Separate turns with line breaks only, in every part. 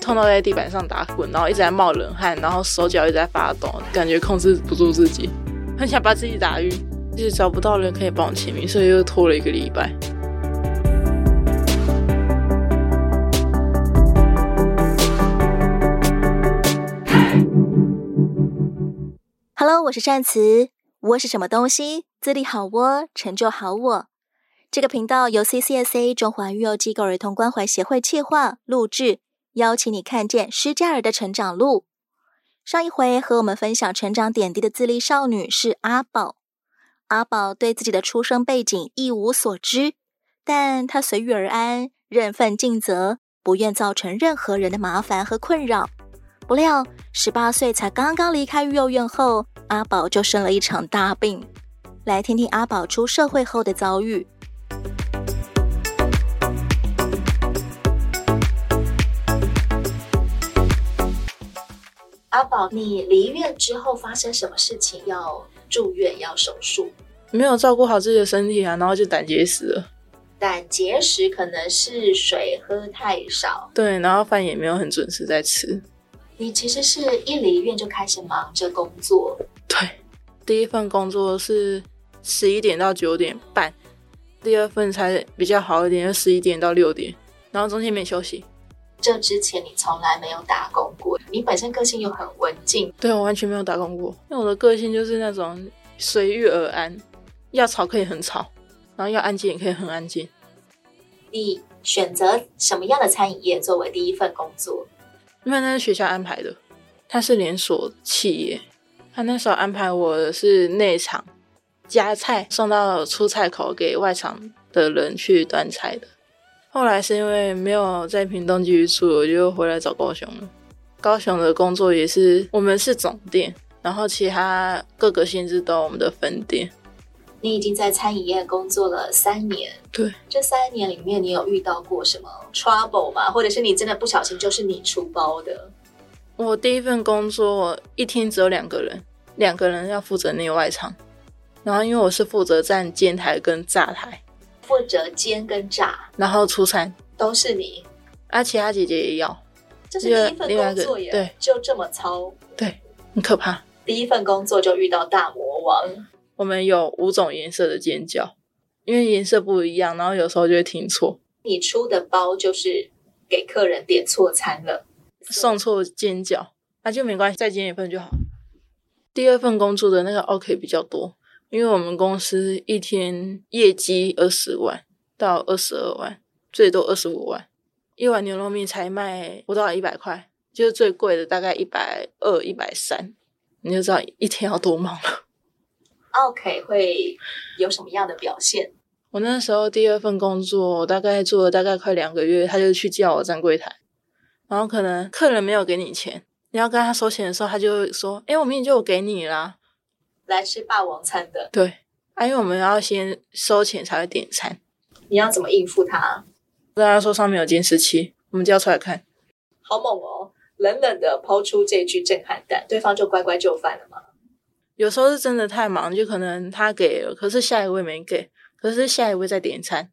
痛到在地板上打滚，然后一直在冒冷汗，然后手脚一直在发抖，感觉控制不住自己，很想把自己打晕，就是找不到人可以帮我签名，所以又拖了一个礼拜。
Hello，我是善慈。我是什么东西？自立好我，成就好我。这个频道由 CCSA 中华育幼机构儿童关怀协会企划录制，邀请你看见施加尔的成长路。上一回和我们分享成长点滴的自立少女是阿宝。阿宝对自己的出生背景一无所知，但他随遇而安，认份尽责，不愿造成任何人的麻烦和困扰。不料，十八岁才刚刚离开育幼院后，阿宝就生了一场大病。来听听阿宝出社会后的遭遇。阿宝，你离院之后发生什么事情？要住院，要手术？
没有照顾好自己的身体啊，然后就胆结石了。
胆结石可能是水喝太少。
对，然后饭也没有很准时在吃。
你其实是一离院就开始忙着工作，
对，第一份工作是十一点到九点半，第二份才比较好一点，就十一点到六点，然后中间没休息。
这之前你从来没有打工过。你本身个性又很文静，
对我完全没有打工过，因为我的个性就是那种随遇而安，要吵可以很吵，然后要安静也可以很安静。
你选择什么样的餐饮业作为第一份工作？
因为那是学校安排的，它是连锁企业，他那时候安排我的是内场夹菜送到出菜口给外场的人去端菜的。后来是因为没有在屏东继续住，我就回来找高雄了。高雄的工作也是我们是总店，然后其他各个县市都有我们的分店。
你已经在餐饮业工作了三年，
对，
这三年里面你有遇到过什么 trouble 吗？或者是你真的不小心就是你出包的？
我第一份工作一天只有两个人，两个人要负责内外场，然后因为我是负责站煎台跟炸台，
负责煎跟炸
然后出餐，
都是你，
啊，其他姐姐也要，
这是第一份
另外
工
一个
作耶，
对，
就这么操，
对，很可怕。
第一份工作就遇到大魔王，
我们有五种颜色的尖叫，因为颜色不一样，然后有时候就会听错，
你出的包就是给客人点错餐了，
送错尖叫，那、就没关系，再煎一份就好。第二份工作的那个 OK 比较多，因为我们公司一天业绩二十万到二十二万，最多二十五万，一碗牛肉面才卖不到一百块，就是最贵的大概一百二、一百三，你就知道一天要多忙了。
OK 会有什么样的表现？
我那时候第二份工作，我大概做了大概快两个月，他就去叫我站柜台，然后可能客人没有给你钱，你要跟他收钱的时候，他就会说：“诶、我明明就有给你啦。
来吃霸王餐的”，
对，啊，因为我们要先收钱才会点餐。
你要怎么应付他？
跟他说上面有监视器，我们就要出来看。
好猛哦！冷冷的抛出这句震撼弹，对方就乖乖就范了吗？
有时候是真的太忙，就可能他给了，可是下一位没给，可是下一位在点餐，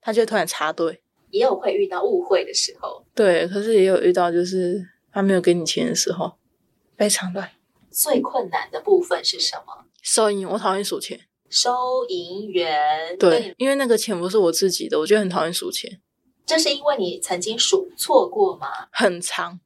他就突然插队。
也有会遇到误会的时候，
对，可是也有遇到就是他没有给你钱的时候，非常乱。
最困难的部分是什么？
收银，我讨厌数钱。
收银员，
对，因为那个钱不是我自己的，我就很讨厌数钱，
这是因为你曾经数错过吗？
很长，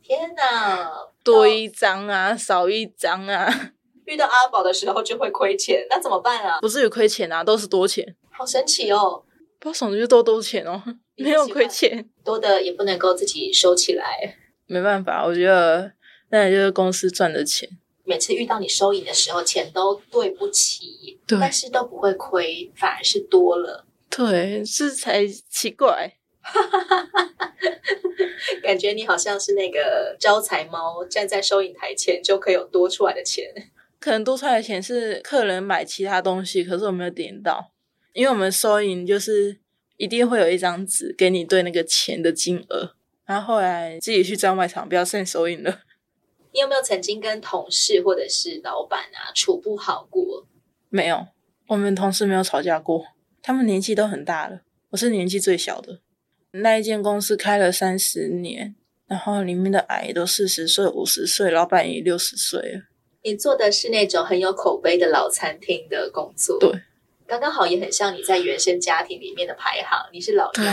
天哪！
多一张啊，少一张啊，
遇到阿宝的时候就会亏钱，那怎么办啊？
不是有亏钱啊，都是多钱，
好神奇哦！
不知道什么就多多钱哦，
你
没有亏钱，
多的也不能够自己收起来。
没办法，我觉得那也就是公司赚的钱，
每次遇到你收银的时候，钱都对不齐，
对
但是都不会亏，反而是多了。
对，这才奇怪，
感觉你好像是那个招财猫，站在收银台前就可以有多出来的钱。
可能多出来的钱是客人买其他东西，可是我没有点到，因为我们收银就是一定会有一张纸给你对那个钱的金额，然后后来自己去站外场，不要剩收银了。
你有没有曾经跟同事或者是老板啊处不好过？
没有，我们同事没有吵架过，他们年纪都很大了，我是年纪最小的。那一间公司开了三十年，然后里面的阿姨都四十岁、五十岁，老板也六十岁了。
你做的是那种很有口碑的老餐厅的工作，
对，
刚刚好也很像你在原生家庭里面的排行，你是老
对
幺，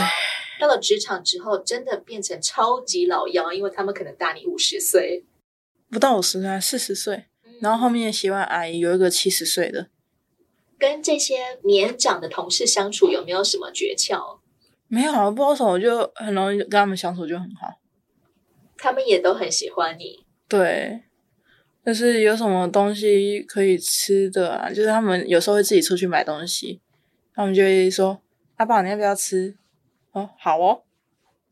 到了职场之后真的变成超级老幺，因为他们可能大你五十岁，
不到五十岁，四十岁。嗯然后后面洗碗阿姨有一个七十岁的，
跟这些年长的同事相处有没有什么诀窍？
没有啊，不知道为什么我就很容易就跟他们相处就很好。
他们也都很喜欢你，
对，就是有什么东西可以吃的啊，就是他们有时候会自己出去买东西，他们就会说：“阿爸，你要不要吃？”哦，好哦。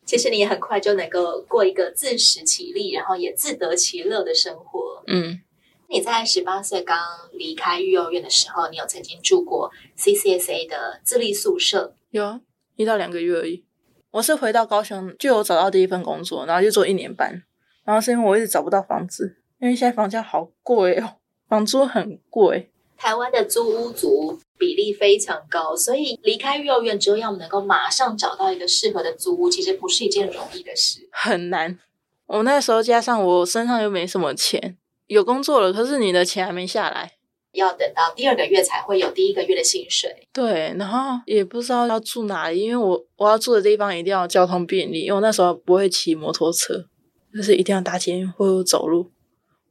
其实你也很快就能够过一个自食其力，然后也自得其乐的生活。
嗯，
你在十八岁刚离开育幼院的时候，你有曾经住过 CCSA 的自立宿舍，
有啊一到两个月而已。我是回到高雄，就有找到第一份工作，然后就做一年半。然后是因为我一直找不到房子，因为现在房价好贵哦，房租很贵。
台湾的租屋族比例非常高，所以离开幼儿园之后，要能够马上找到一个适合的租屋，其实不是一件容易的事。
很难。我那时候加上我身上又没什么钱，有工作了，可是你的钱还没下来，
要等到第二个月才会有第一个月的薪水。
对，然后也不知道要住哪里，因为我我要住的地方一定要交通便利，因为我那时候不会骑摩托车，就是一定要搭捷运或走路。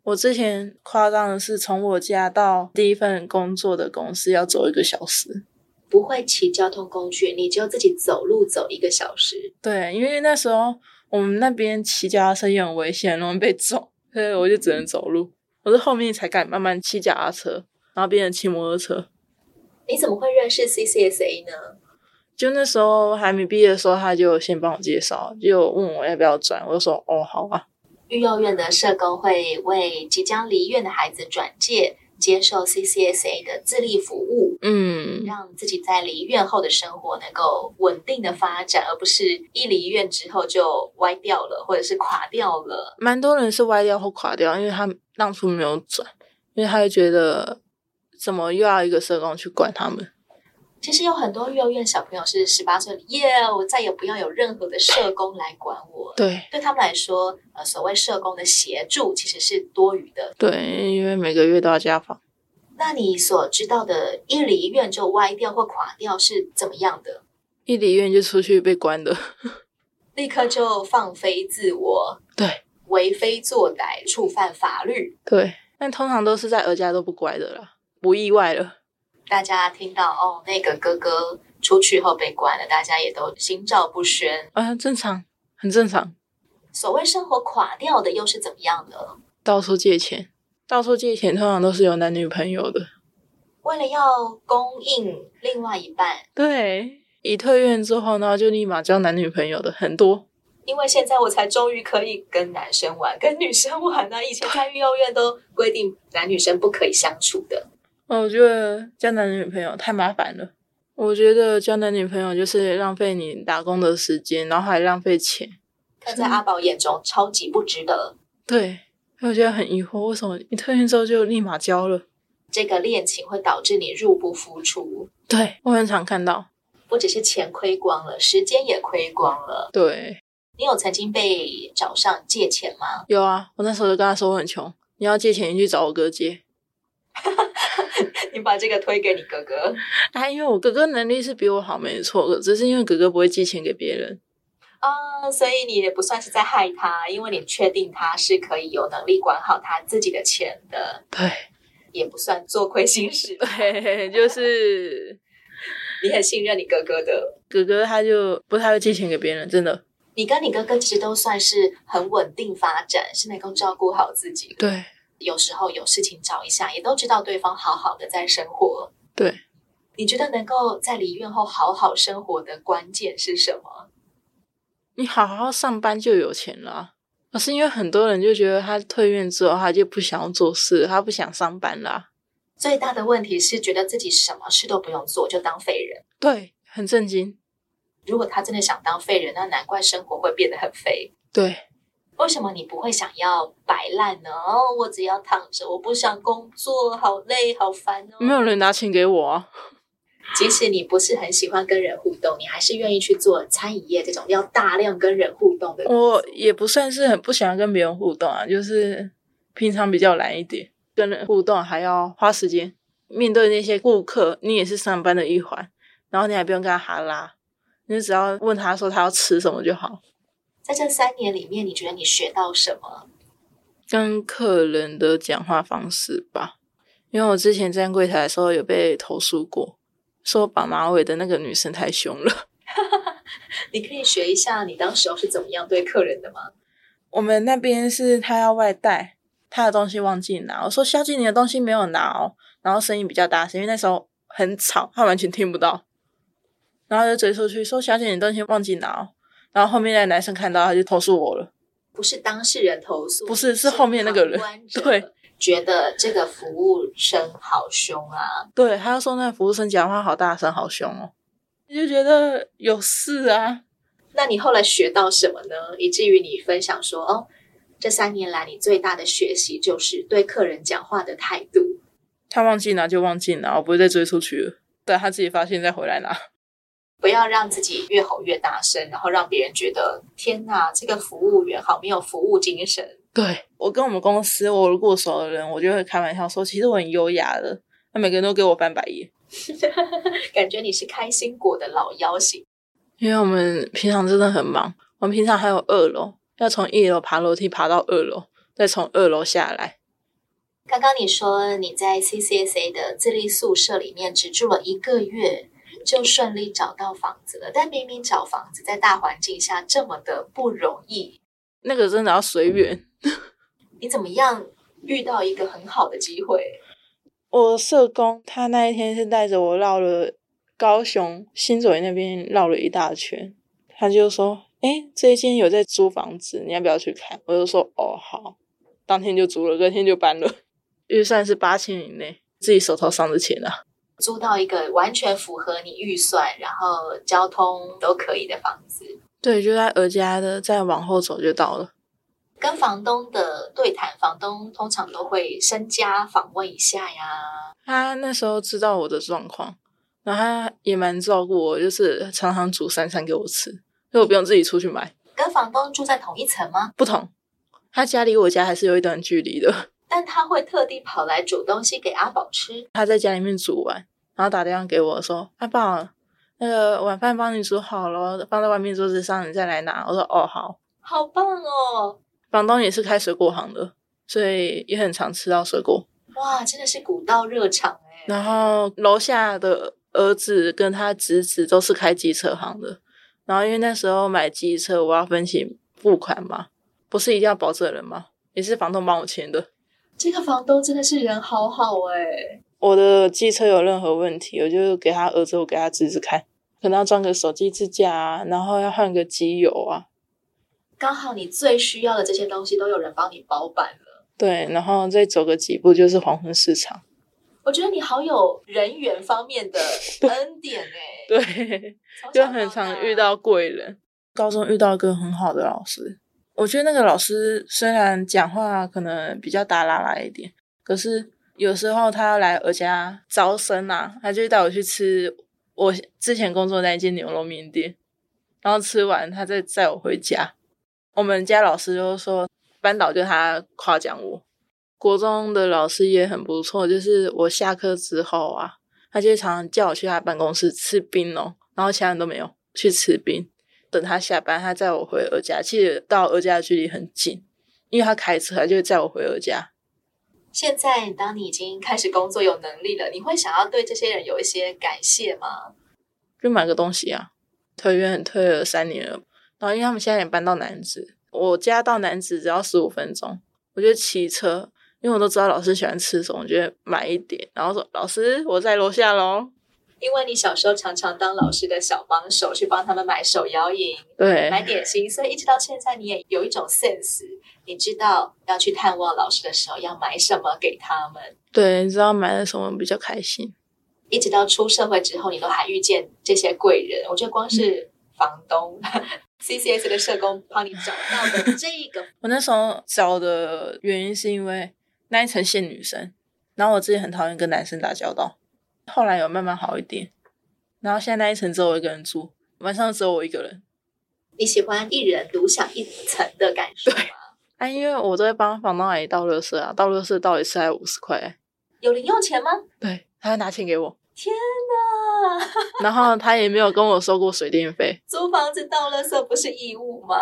我之前夸张的是，从我家到第一份工作的公司要走一个小时。
不会骑交通工具，你就自己走路走一个小时。
对，因为那时候我们那边骑脚踏车也很危险，容易被撞，所以我就只能走路。我是后面才敢慢慢骑脚踏车，然后变成骑摩托车。
你怎么会认识 CCSA 呢？
就那时候还没毕业的时候，他就先帮我介绍，就问我要不要转，我就说哦好啊。
育幼院的社工会为即将离院的孩子转介，接受 CCSA 的自立服务，
嗯，
让自己在离院后的生活能够稳定的发展，而不是一离院之后就歪掉了，或者是垮掉了。
蛮多人是歪掉或垮掉，因为他当初没有转，因为他就觉得怎么又要一个社工去管他们。
其实有很多育幼院小朋友是十八岁，耶、我再也不要有任何的社工来管我。
对
对他们来说，呃，所谓社工的协助其实是多余的。
对，因为每个月都要家访。
那你所知道的一离院就歪掉或垮掉是怎么样的？
一离院就出去被关的，
立刻就放飞自我，
对
为非作歹，触犯法律。
对，但通常都是在儿家都不乖的啦，不意外了。
大家听到哦，那个哥哥出去后被关了，大家也都心照不宣。
啊，正常，很正常。
所谓生活垮掉的又是怎么样的？
到处借钱，到处借钱，通常都是有男女朋友的。
为了要供应另外一半，
对，一退院之后呢，就立马交男女朋友的很多。
因为现在我才终于可以跟男生玩，跟女生玩了、以前在育幼院都规定男女生不可以相处的。
哦我觉得交男女朋友太麻烦了。我觉得交男女朋友就是浪费你打工的时间，然后还浪费钱。
但在阿宝眼中，超级不值得。
对，所以我觉得很疑惑，为什么一退院之后就立马交了？
这个恋情会导致你入不敷出，
对我很常看到。
不只是钱亏光了，时间也亏光了。
对，
你有曾经被找上借钱吗？
有啊，我那时候就跟他说我很穷，你要借钱你去找我哥借。
你把这个推给你哥哥，
啊，因为我哥哥能力是比我好，没错，只是因为哥哥不会寄钱给别人。
啊、所以你也不算是在害他，因为你确定他是可以有能力管好他自己的钱的，
对，
也不算做亏心事。
对，就是
你很信任你哥哥的，
哥哥他就不太会借钱给别人，真的。
你跟你哥哥其实都算是很稳定发展，是能够照顾好自己的。
对
有时候有事情找一下，也都知道对方好好的在生活。
对，
你觉得能够在离院后好好生活的关键是什么？
你好好上班就有钱了、啊。可是因为很多人就觉得他退院之后他就不想要做事，他不想上班啦、
最大的问题是觉得自己什么事都不用做，就当废人。
对，很震惊。
如果他真的想当废人，那难怪生活会变得很废。
对，
为什么你不会想要摆烂呢？哦，我只要躺着，我不想工作，好累，好烦哦。
没有人拿钱给我啊。
即使你不是很喜欢跟人互动，你还是愿意去做餐饮业这种要大量跟人互动的。
我也不算是很不喜欢跟别人互动啊，就是平常比较懒一点，跟人互动还要花时间。面对那些顾客，你也是上班的一环，然后你还不用跟他哈拉，你就只要问他说他要吃什么就好。
在这三年里面，你觉得你学到什么？
跟客人的讲话方式吧，因为我之前站柜台的时候有被投诉过，说绑马尾的那个女生太凶了。
你可以学一下你当时候是怎么样对客人的吗？
我们那边是他要外带，他的东西忘记拿。我说小姐，你的东西没有拿哦。然后声音比较大声，因为那时候很吵，他完全听不到。然后就追出去说：“小姐，你东西忘记拿哦。”然后后面那个男生看到，他就投诉我了。
不是当事人投诉，
不是是后面那个人
旁观 者
对，
觉得这个服务生好凶啊，
对，他就说那个服务生讲话好大声，好凶哦。你就觉得有事啊？
那你后来学到什么呢？以至于你分享说，哦，这三年来你最大的学习就是对客人讲话的态度。
他忘记拿就忘记拿，我不会再追出去了。等他自己发现再回来拿。
不要让自己越吼越大声，然后让别人觉得天哪，这个服务员好没有服务精神。
对 我跟我们公司我如果熟的人，我就会开玩笑说，其实我很优雅的。那每个人都给我翻白眼。
感觉你是开心果的老妖型，
因为我们平常真的很忙，我们平常还有二楼，要从一楼爬楼梯爬到二楼，再从二楼下来。
刚刚你说你在 CCSA 的自立宿舍里面只住了一个月，就顺利找到房子了。但明明找房子在大环境下这么的不容易，
那个真的要随缘。
你怎么样遇到一个很好的机会？
我社工他那一天是带着我绕了高雄新左营那边绕了一大圈，他就说：“哎，这一间有在租房子，你要不要去看？”我就说：“哦，好。”当天就租了，隔天就搬了，预算是八千以内，自己手头上的钱啊。
租到一个完全符合你预算，然后交通都可以的房子，
对，就在儿家的，再往后走就到了。
跟房东的对谈，房东通常都会身家访问一下呀。
他那时候知道我的状况，然后他也蛮照顾我，就是常常煮三餐给我吃，所以我不用自己出去买。
跟房东住在同一层吗？
不同，他家离我家还是有一段距离的。
但他会特地跑来煮东西给阿宝吃，
他在家里面煮完，然后打电话给我说：“阿宝，那个晚饭帮你煮好了，放在外面桌子上，你再来拿。”我说：“哦，好。
好棒哦！”
房东也是开水果行的，所以也很常吃到水果。
哇，真的是古道热肠哎、
然后楼下的儿子跟他侄子都是开机车行的。然后因为那时候买机车，我要分期付款嘛，不是一定要保证人嘛，也是房东帮我签的。
这个房东真的是人好好哎、
我的机车有任何问题，我就给他儿子，我给他侄子看，可能要装个手机支架啊，然后要换个机油啊，
刚好你最需要的这些东西都有人帮你包办了。
对，然后再走个几步就是黄昏市场。
我觉得你好有人缘方 面的恩典哎、
对，
从小
就
到
很常
大
遇到贵人。高中遇到一个很好的老师，我觉得那个老师虽然讲话可能比较大啦啦一点，可是有时候他要来我家招生啊，他就会带我去吃我之前工作的那间牛肉面店，然后吃完他再载我回家。我们家老师就说，班导就他夸奖我。国中的老师也很不错，就是我下课之后啊，他就常常叫我去他办公室吃冰哦，然后其他人都没有去吃冰。等他下班，他载我回我家，其实到我家的距离很近，因为他开车，他就会载我回我家。
现在，当你已经开始工作有能力了，你会想要对这些人有一些感谢吗？
就买个东西啊。推院推了三年了，然后因为他们现在也搬到南子，我家到南子只要十五分钟，我就骑车，因为我都知道老师喜欢吃什么，我就会买一点，然后说老师我在楼下喽。
因为你小时候常常当老师的小帮手，去帮他们买手摇饮、
对
买点心，所以一直到现在，你也有一种 sense，你知道要去探望老师的时候要买什么给他们。
对，你知道买了什么比较开心？
一直到出社会之后，你都还遇见这些贵人。我觉得光是房东、CCS 的社工帮你找到的这个
我那时候找的原因是因为那一层限女生，然后我自己很讨厌跟男生打交道，后来有慢慢好一点，然后现在那一层只有我一个人住，晚上只有我一个人。
你喜欢一人独享一层的感受吗？
啊，因为我都会帮房东阿姨倒垃圾啊，倒垃圾倒一次还五十块，欸
有零用钱吗？
对，她会拿钱给我，
天哪！
然后她也没有跟我收过水电费。
租房子倒垃圾不是义务吗？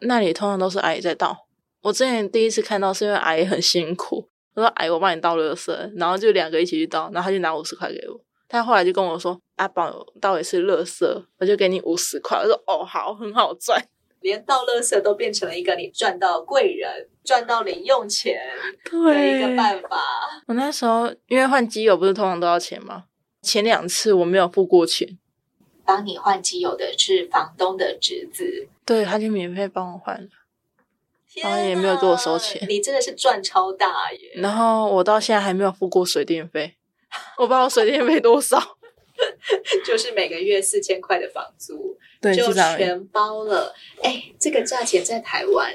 那里通常都是阿姨在倒。我之前第一次看到是因为阿姨很辛苦，我说阿姨我帮你倒垃圾，然后就两个一起去倒，然后她就拿五十块给我。她后来就跟我说：“阿宝倒一次垃圾，我就给你五十块。”我说：“哦，好，很好赚。
连倒垃圾都变成了一个你赚到贵人、赚到零用钱”的一
对
个办法。
我那时候因为换机油不是通常都要钱吗？前两次我没有付过钱，
帮你换机油的是房东的侄子，
对，他就免费帮我换了。
天哪
然后也没有给我收钱嗯
你真的是赚超大耶！
然后我到现在还没有付过水电费， 我不知道我水电费多少。
就是每个月四千块的房租，
对，
就是
这样而已。
全包了。哎、这个价钱在台湾，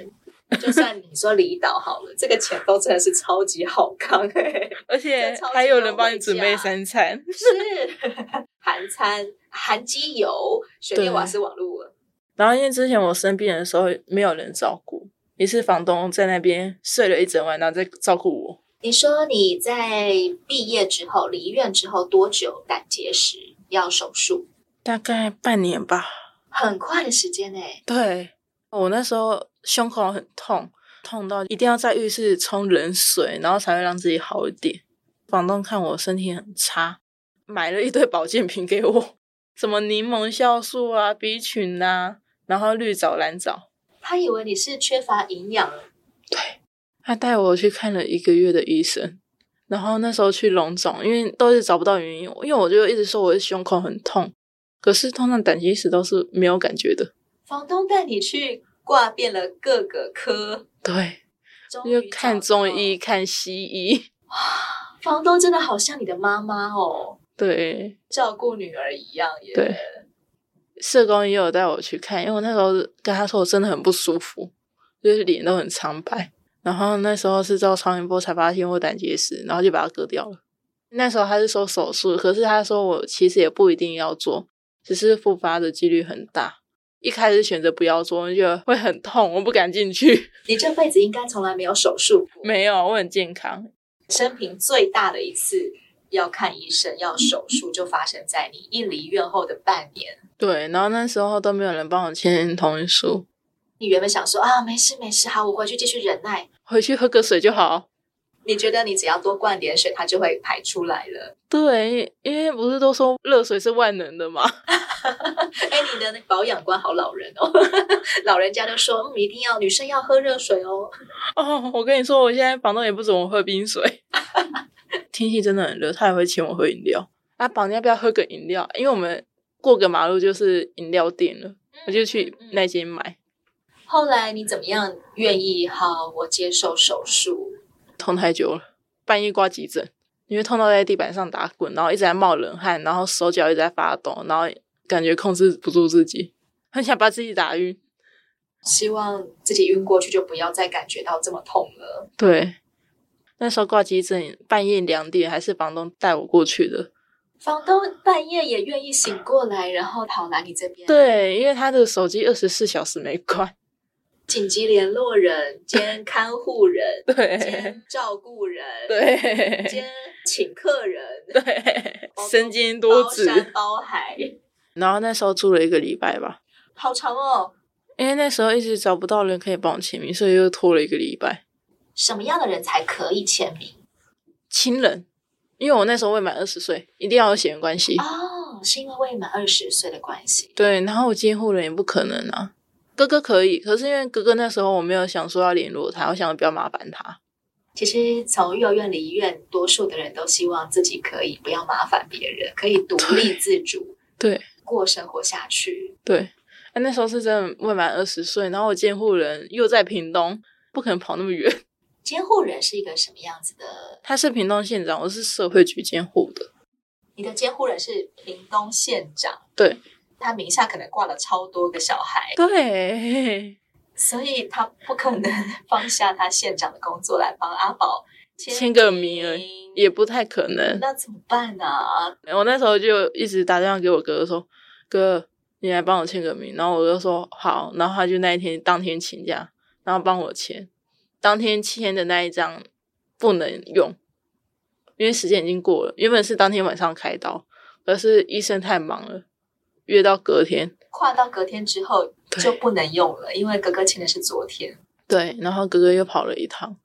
就算你说离岛好了，这个钱包真的是超级好康哎、
而
这
且
超级
还有人帮
浪费
你准备
价
三餐。
是 含餐、含机油、水电、
对
瓦斯、网络。
然后因为之前我生病的时候没有人照顾，也是房东在那边睡了一整晚，然后再照顾我。
你说你在毕业之后、离院之后多久胆结石要手术？
大概半年吧。
很快的时间哎、
对我那时候胸口很痛，痛到一定要在浴室冲冷水，然后才会让自己好一点。房东看我身体很差，买了一堆保健品给我，什么柠檬酵素啊、B 群啊，然后绿藻、蓝藻。
他以为你是缺乏营养，
他带我去看了一个月的医生，然后那时候去龙总，因为都是找不到原因，因为我就一直说我的胸口很痛，可是通常胆结石都是没有感觉的。
房东带你去挂遍了各个科，
对，
终于
就看
找到
中医、。看西医。
房东真的好像你的妈妈哦，
对
照顾女儿一样耶。
对，社工也有带我去看，因为我那时候跟他说我真的很不舒服，就是脸都很苍白。然后那时候是照超音波才发现我胆结石，然后就把它割掉了。那时候他是说手术，可是他说我其实也不一定要做，只是复发的几率很大。一开始选择不要做，我觉得会很痛，我不敢进去。
你这辈子应该从来没有手术过，
没有，我很健康。
生平最大的一次要看医生要手术，就发生在你一离院后的半年。
对，然后那时候都没有人帮我签同意书，
你原本想说啊，没事没事，好，我回去继续忍耐。
回去喝个水就好。
你觉得你只要多灌点水，它就会排出来了。
对，因为不是都说热水是万能 的嘛，
哎，你的那保养观好老人哦， 老人家都说，嗯，一定要女生要喝热水哦。
哦，我跟你说，我现在房东也不准我喝冰水， 天气真的很热，他也会请我喝饮料。啊，房东要不要喝个饮料？因为我们过个马路就是饮料店了，我就去
嗯嗯
那间买。
后来你怎么样愿意？好，我接受手术。
痛太久了，半夜挂急诊，因为痛到在地板上打滚，然后一直在冒冷汗，然后手脚一直在发抖，然后感觉控制不住自己，很想把自己打晕。
希望自己晕过去就不要再感觉到这么痛了。
对，那时候挂急诊，半夜两点还是房东带我过去的。
房东半夜也愿意醒过来，然后跑来你这边。
对，因为他的手机二十四小时没关。
紧急联络人 兼看护人
对
兼照顾人
对
兼请客人，
对
包，
身兼多
包
职。
山包海，
然后那时候住了一个礼拜吧，
好长哦。
因为那时候一直找不到人可以帮我签名，所以又拖了一个礼拜。
什么样的人才可以签名？
亲人，因为我那时候未满二十岁，一定要有血缘关系。
哦，是因为未满二十岁的关系。
对，然后我监护人也不可能啊。哥哥可以，可是因为哥哥那时候我没有想说要联络他，我想不要麻烦他。
其实从幼儿园离院，多数的人都希望自己可以不要麻烦别人，可以独立自主
对
过生活下去。
对，啊、那时候是真的未满二十岁，然后我监护人又在屏东，不可能跑那么远。
监护人是一个什么样子的？
他是屏东县长，我是社会局监护的。
你的监护人是屏东县长，
对，
他名下可能挂了超多个小孩，
对，
所以他不可能放下他县长的工作来帮阿宝
签个名而已，
名
也不太可能。
那怎么办呢、啊？
我那时候就一直打电话给我哥说：“哥，你来帮我签个名。”然后我哥说：“好。”然后他就那一天当天请假，然后帮我签。当天签的那一张不能用，因为时间已经过了。原本是当天晚上开刀，可是医生太忙了，约到隔天。
跨到隔天之后
对
就不能用了，因为哥哥签的是昨天，
对，然后哥哥又跑了一趟，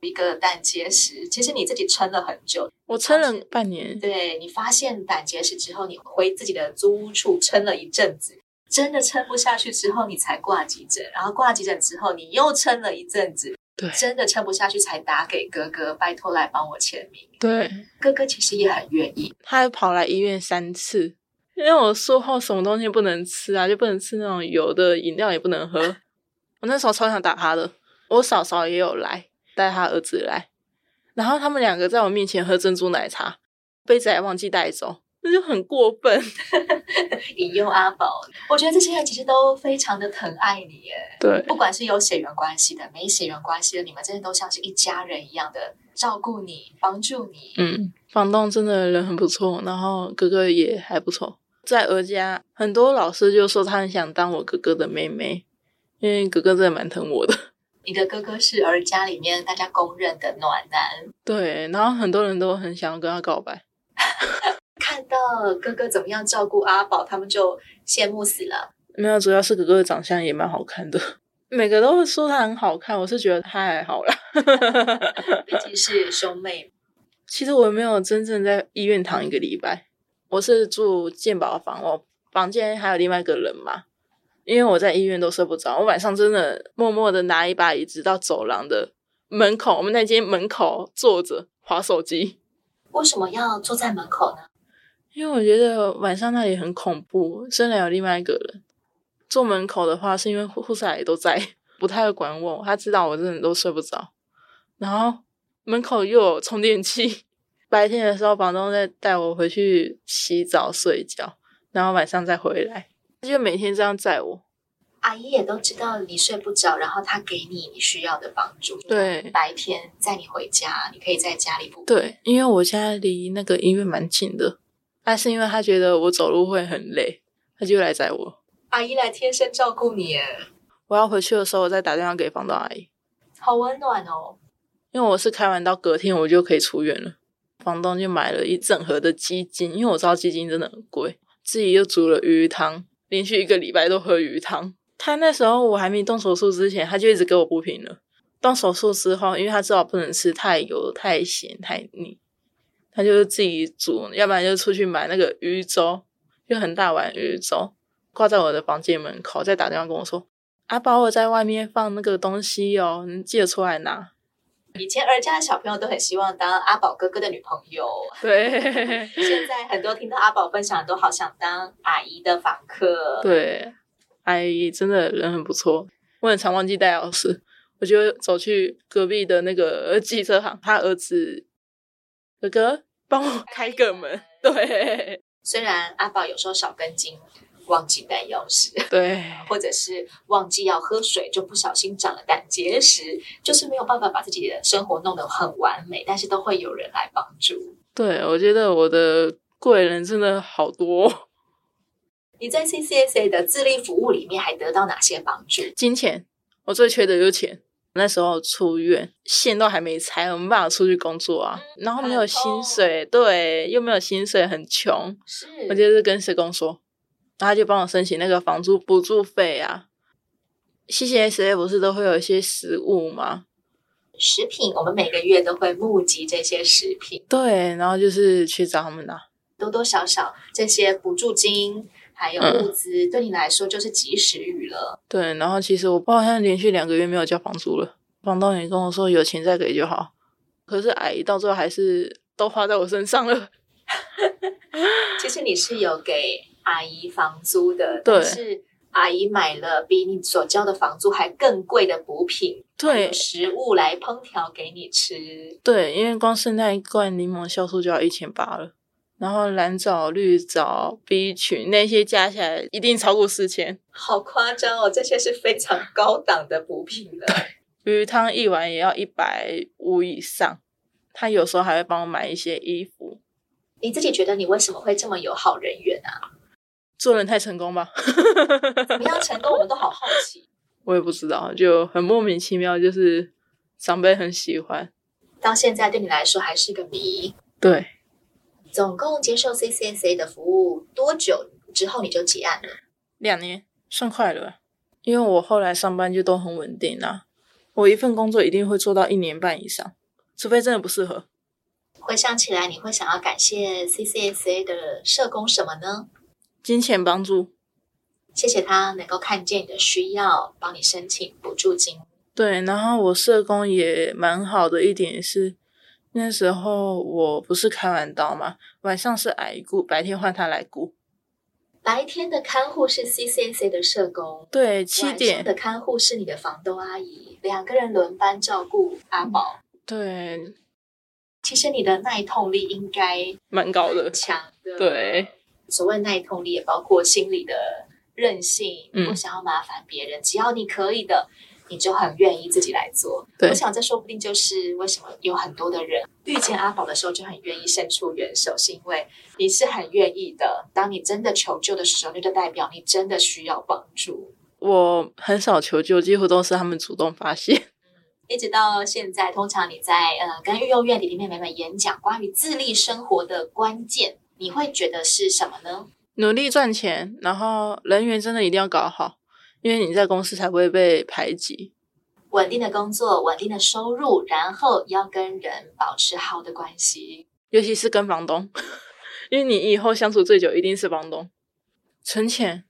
一个胆结石。其实你自己撑了很久，
我撑了半年。
对你发现胆结石之后，你回自己的租屋处撑了一阵子，真的撑不下去之后，你才挂急诊，然后挂急诊之后，你又撑了一阵子，
对
真的撑不下去才打给哥哥，拜托来帮我签名。
对，
哥哥其实也很愿意，
他还跑来医院三次，因为我术后什么东西不能吃啊，就不能吃那种油的饮料，也不能喝。我那时候超想打他的，我嫂嫂也有来，带他儿子来，然后他们两个在我面前喝珍珠奶茶，杯子还忘记带走，那就很过分。
引诱阿宝。我觉得这些人其实都非常的疼爱你耶，
对
不管是有血缘关系的，没血缘关系的，你们真的都像是一家人一样的照顾你、帮助你。
嗯，房东真的人很不错，然后哥哥也还不错。在儿家，很多老师就说他很想当我哥哥的妹妹，因为哥哥真的蛮疼我的。
你的哥哥是儿家里面大家公认的暖男。
对，然后很多人都很想要跟他告白。
看到哥哥怎么样照顾阿宝，他们就羡慕死了。
没有，主要是哥哥的长相也蛮好看的，每个都会说他很好看，我是觉得他还好啦。
毕竟是兄妹，
其实我没有真正在医院躺一个礼拜，我是住健保房，我房间还有另外一个人嘛。因为我在医院都睡不着，我晚上真的默默的拿一把椅子到走廊的门口，我们那间门口坐着划手机，
为什么要坐在门口呢？
因为我觉得晚上那里很恐怖，虽然有另外一个人坐门口的话，是因为护护士阿姨都在，不太会管我，她知道我真的都睡不着。然后门口又有充电器，白天的时候房东在带我回去洗澡睡觉，然后晚上再回来，她就每天这样载我。
阿姨也都知道你睡不着，然后她给你你需要的帮助。
对
白天载你回家，你可以在家里补。
对，因为我家离那个医院蛮近的，但是因为她觉得我走路会很累，她就来载我。
阿姨来贴身照顾你耶，
我要回去的时候，我再打电话给房东阿姨。
好温暖哦。
因为我是开完刀隔天我就可以出院了。房东就买了一整盒的鸡精，因为我知道鸡精真的很贵，自己又煮了鱼汤，连续一个礼拜都喝鱼汤。他那时候我还没动手术之前，他就一直给我补品了。动手术之后，因为他知道不能吃太油、太咸、太腻，他就是自己煮，要不然就出去买那个鱼粥，就很大碗鱼粥，挂在我的房间门口，再打电话跟我说：“阿宝，我在外面放那个东西哦，你记得出来拿。”
以前儿家的小朋友都很希望当阿宝哥哥的女朋友，
对
现在很多听到阿宝分享的都好想当阿姨的访客。
对，阿姨真的人很不错。我很常忘记戴老师，我就走去隔壁的那个汽车行，他儿子哥哥帮我开个门。对
虽然阿宝有时候少根筋，忘记带钥匙，
对
或者是忘记要喝水，就不小心长了胆结石，就是没有办法把自己的生活弄得很完美，但是都会有人来帮助。
对，我觉得我的贵人真的好多、哦
你在 CCSA 的自立服务里面还得到哪些帮助？
金钱，我最缺的就是钱。那时候出院，线都还没拆，我没办法出去工作啊，然后没有薪水，对，又没有薪水，很穷。
是，
我就是跟社工说，然后他就帮我申请那个房租补助费啊。CCSA 不是都会有一些食物吗？
食品，我们每个月都会募集这些食品，
对，然后就是去找他们拿。
多多少少这些补助金还有
嗯
物资，对你来说就是及时雨了。
对，然后其实我好像连续两个月没有交房租了，房东也跟我说有钱再给就好。可是阿姨到最后还是都花在我身上了。
其实你是有给阿姨房租的，
对
但是阿姨买了比你所交的房租还更贵的补品，还
对
有食物来烹调给你吃。
对，因为光是那一罐柠檬酵素就要一千八了，然后蓝藻、绿藻、B 群那些加起来一定超过四千。
好夸张哦！这些是非常高档的补品了。
鱼汤一碗也要一百五以上，他有时候还会帮我买一些衣服。
你自己觉得你为什么会这么有好人缘啊？
做人太成功吧，
怎么样成功，我们都好好奇。
我也不知道，就很莫名其妙，就是长辈很喜欢。
到现在对你来说还是个谜。
对，
总共接受 CCSA 的服务多久之后你就结案了？
两年算快了，因为我后来上班就都很稳定啦、我一份工作一定会做到一年半以上，除非真的不适合。
回想起来，你会想要感谢 CCSA 的社工什么呢？
金钱帮助，
谢谢他能够看见你的需要，帮你申请补助金。
对，然后我社工也蛮好的一点是，那时候我不是开完刀嘛，晚上是癌顾，白天换他来顾。
白天的看护是 CCSA 的社工，
对，七
晚上
点
的看护是你的房东阿姨，两个人轮班照顾阿宝。
对，
其实你的耐痛力应该
蛮高的
很。强的，
对。
所谓耐痛力，也包括心理的韧性，
嗯
不想要麻烦别人，只要你可以的，你就很愿意自己来做。
对
我想这说不定就是为什么有很多的人遇见阿宝的时候就很愿意伸出援手，是因为你是很愿意的。当你真的求救的时候，那就代表你真的需要帮助。
我很少求救，几乎都是他们主动发现。
一直到现在，通常你在呃跟育幼院里面妹妹演讲关于自立生活的关键，你会觉得是什么呢？
努力赚钱，然后人缘真的一定要搞好，因为你在公司才不会被排挤。
稳定的工作、稳定的收入，然后要跟人保持好的关系。
尤其是跟房东， 因为你以后相处最久一定是房东。存钱，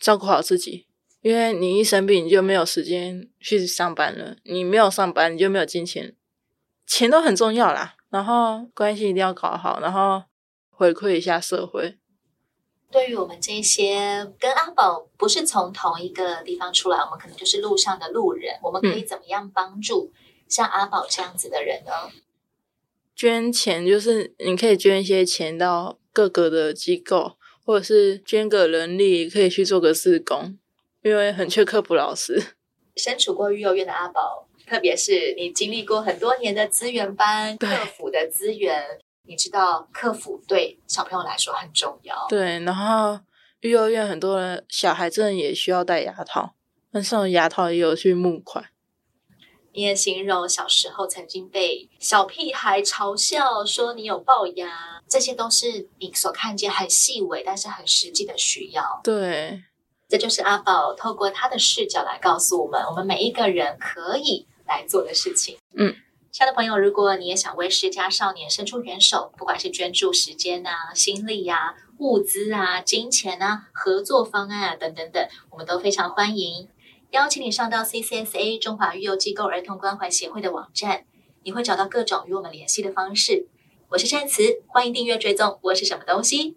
照顾好自己，因为你一生病你就没有时间去上班了，你没有上班你就没有金钱，钱都很重要啦。然后关系一定要搞好，然后回馈一下社会。
对于我们这些跟阿宝不是从同一个地方出来，我们可能就是路上的路人，我们可以怎么样帮助像阿宝这样子的人呢？
捐钱就是你可以捐一些钱到各个的机构，或者是捐个人力，可以去做个志工，因为很缺科普老师。
身处过育幼院的阿宝，特别是你经历过很多年的资源班、客
对
服的资源，你知道客服对小朋友来说很重要。
对，然后幼儿园很多人小孩真的也需要戴牙套，但是我牙套也有去募款。
你也形容小时候曾经被小屁孩嘲笑说你有龅牙，这些都是你所看见很细微但是很实际的需要。
对，
这就是阿宝透过他的视角来告诉我们，我们每一个人可以来做的事情。
嗯。
亲爱的朋友，如果你也想为失家少年伸出援手，不管是捐助时间啊、心力啊、物资啊、金钱啊、合作方案啊等等等，我们都非常欢迎。邀请你上到 CCSA 中华育幼机构儿童关怀协会的网站，你会找到各种与我们联系的方式。我是善慈，欢迎订阅追踪我是什么东西，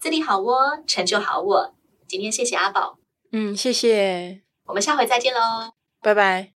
自立好我，成就好我。今天谢谢阿宝，
嗯，谢谢，
我们下回再见喽。
拜拜。